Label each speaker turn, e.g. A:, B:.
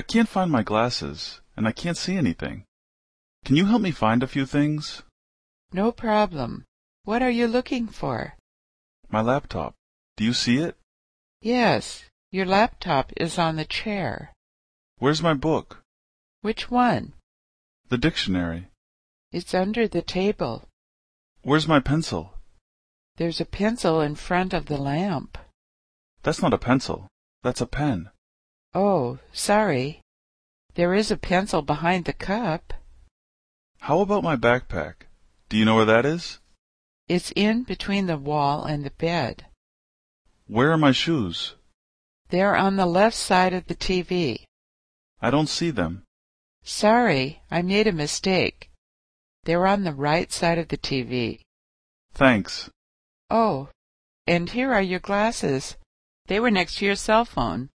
A: can't find my glasses, and I can't see anything. Can you help me find a few things?
B: No problem. What are you looking for?
A: My laptop. Do you see it?
B: Yes, your laptop is on the chair.
A: Where's my book?
B: Which one?
A: The dictionary.
B: It's under the table.
A: Where's my pencil?
B: There's a pencil in front of the lamp.
A: That's not a pencil. That's a pen.
B: Oh, sorry. There is a pencil behind the cup.
A: How about my backpack? Do you know where that is?
B: It's in between the wall and the bed.
A: Where are my shoes?
B: They're on the left side of the TV.
A: I don't see them.
B: Sorry, I made a mistake. They're on the right side of the TV.
A: Thanks.
B: Oh, and here are your glasses. They were next to your cell phone.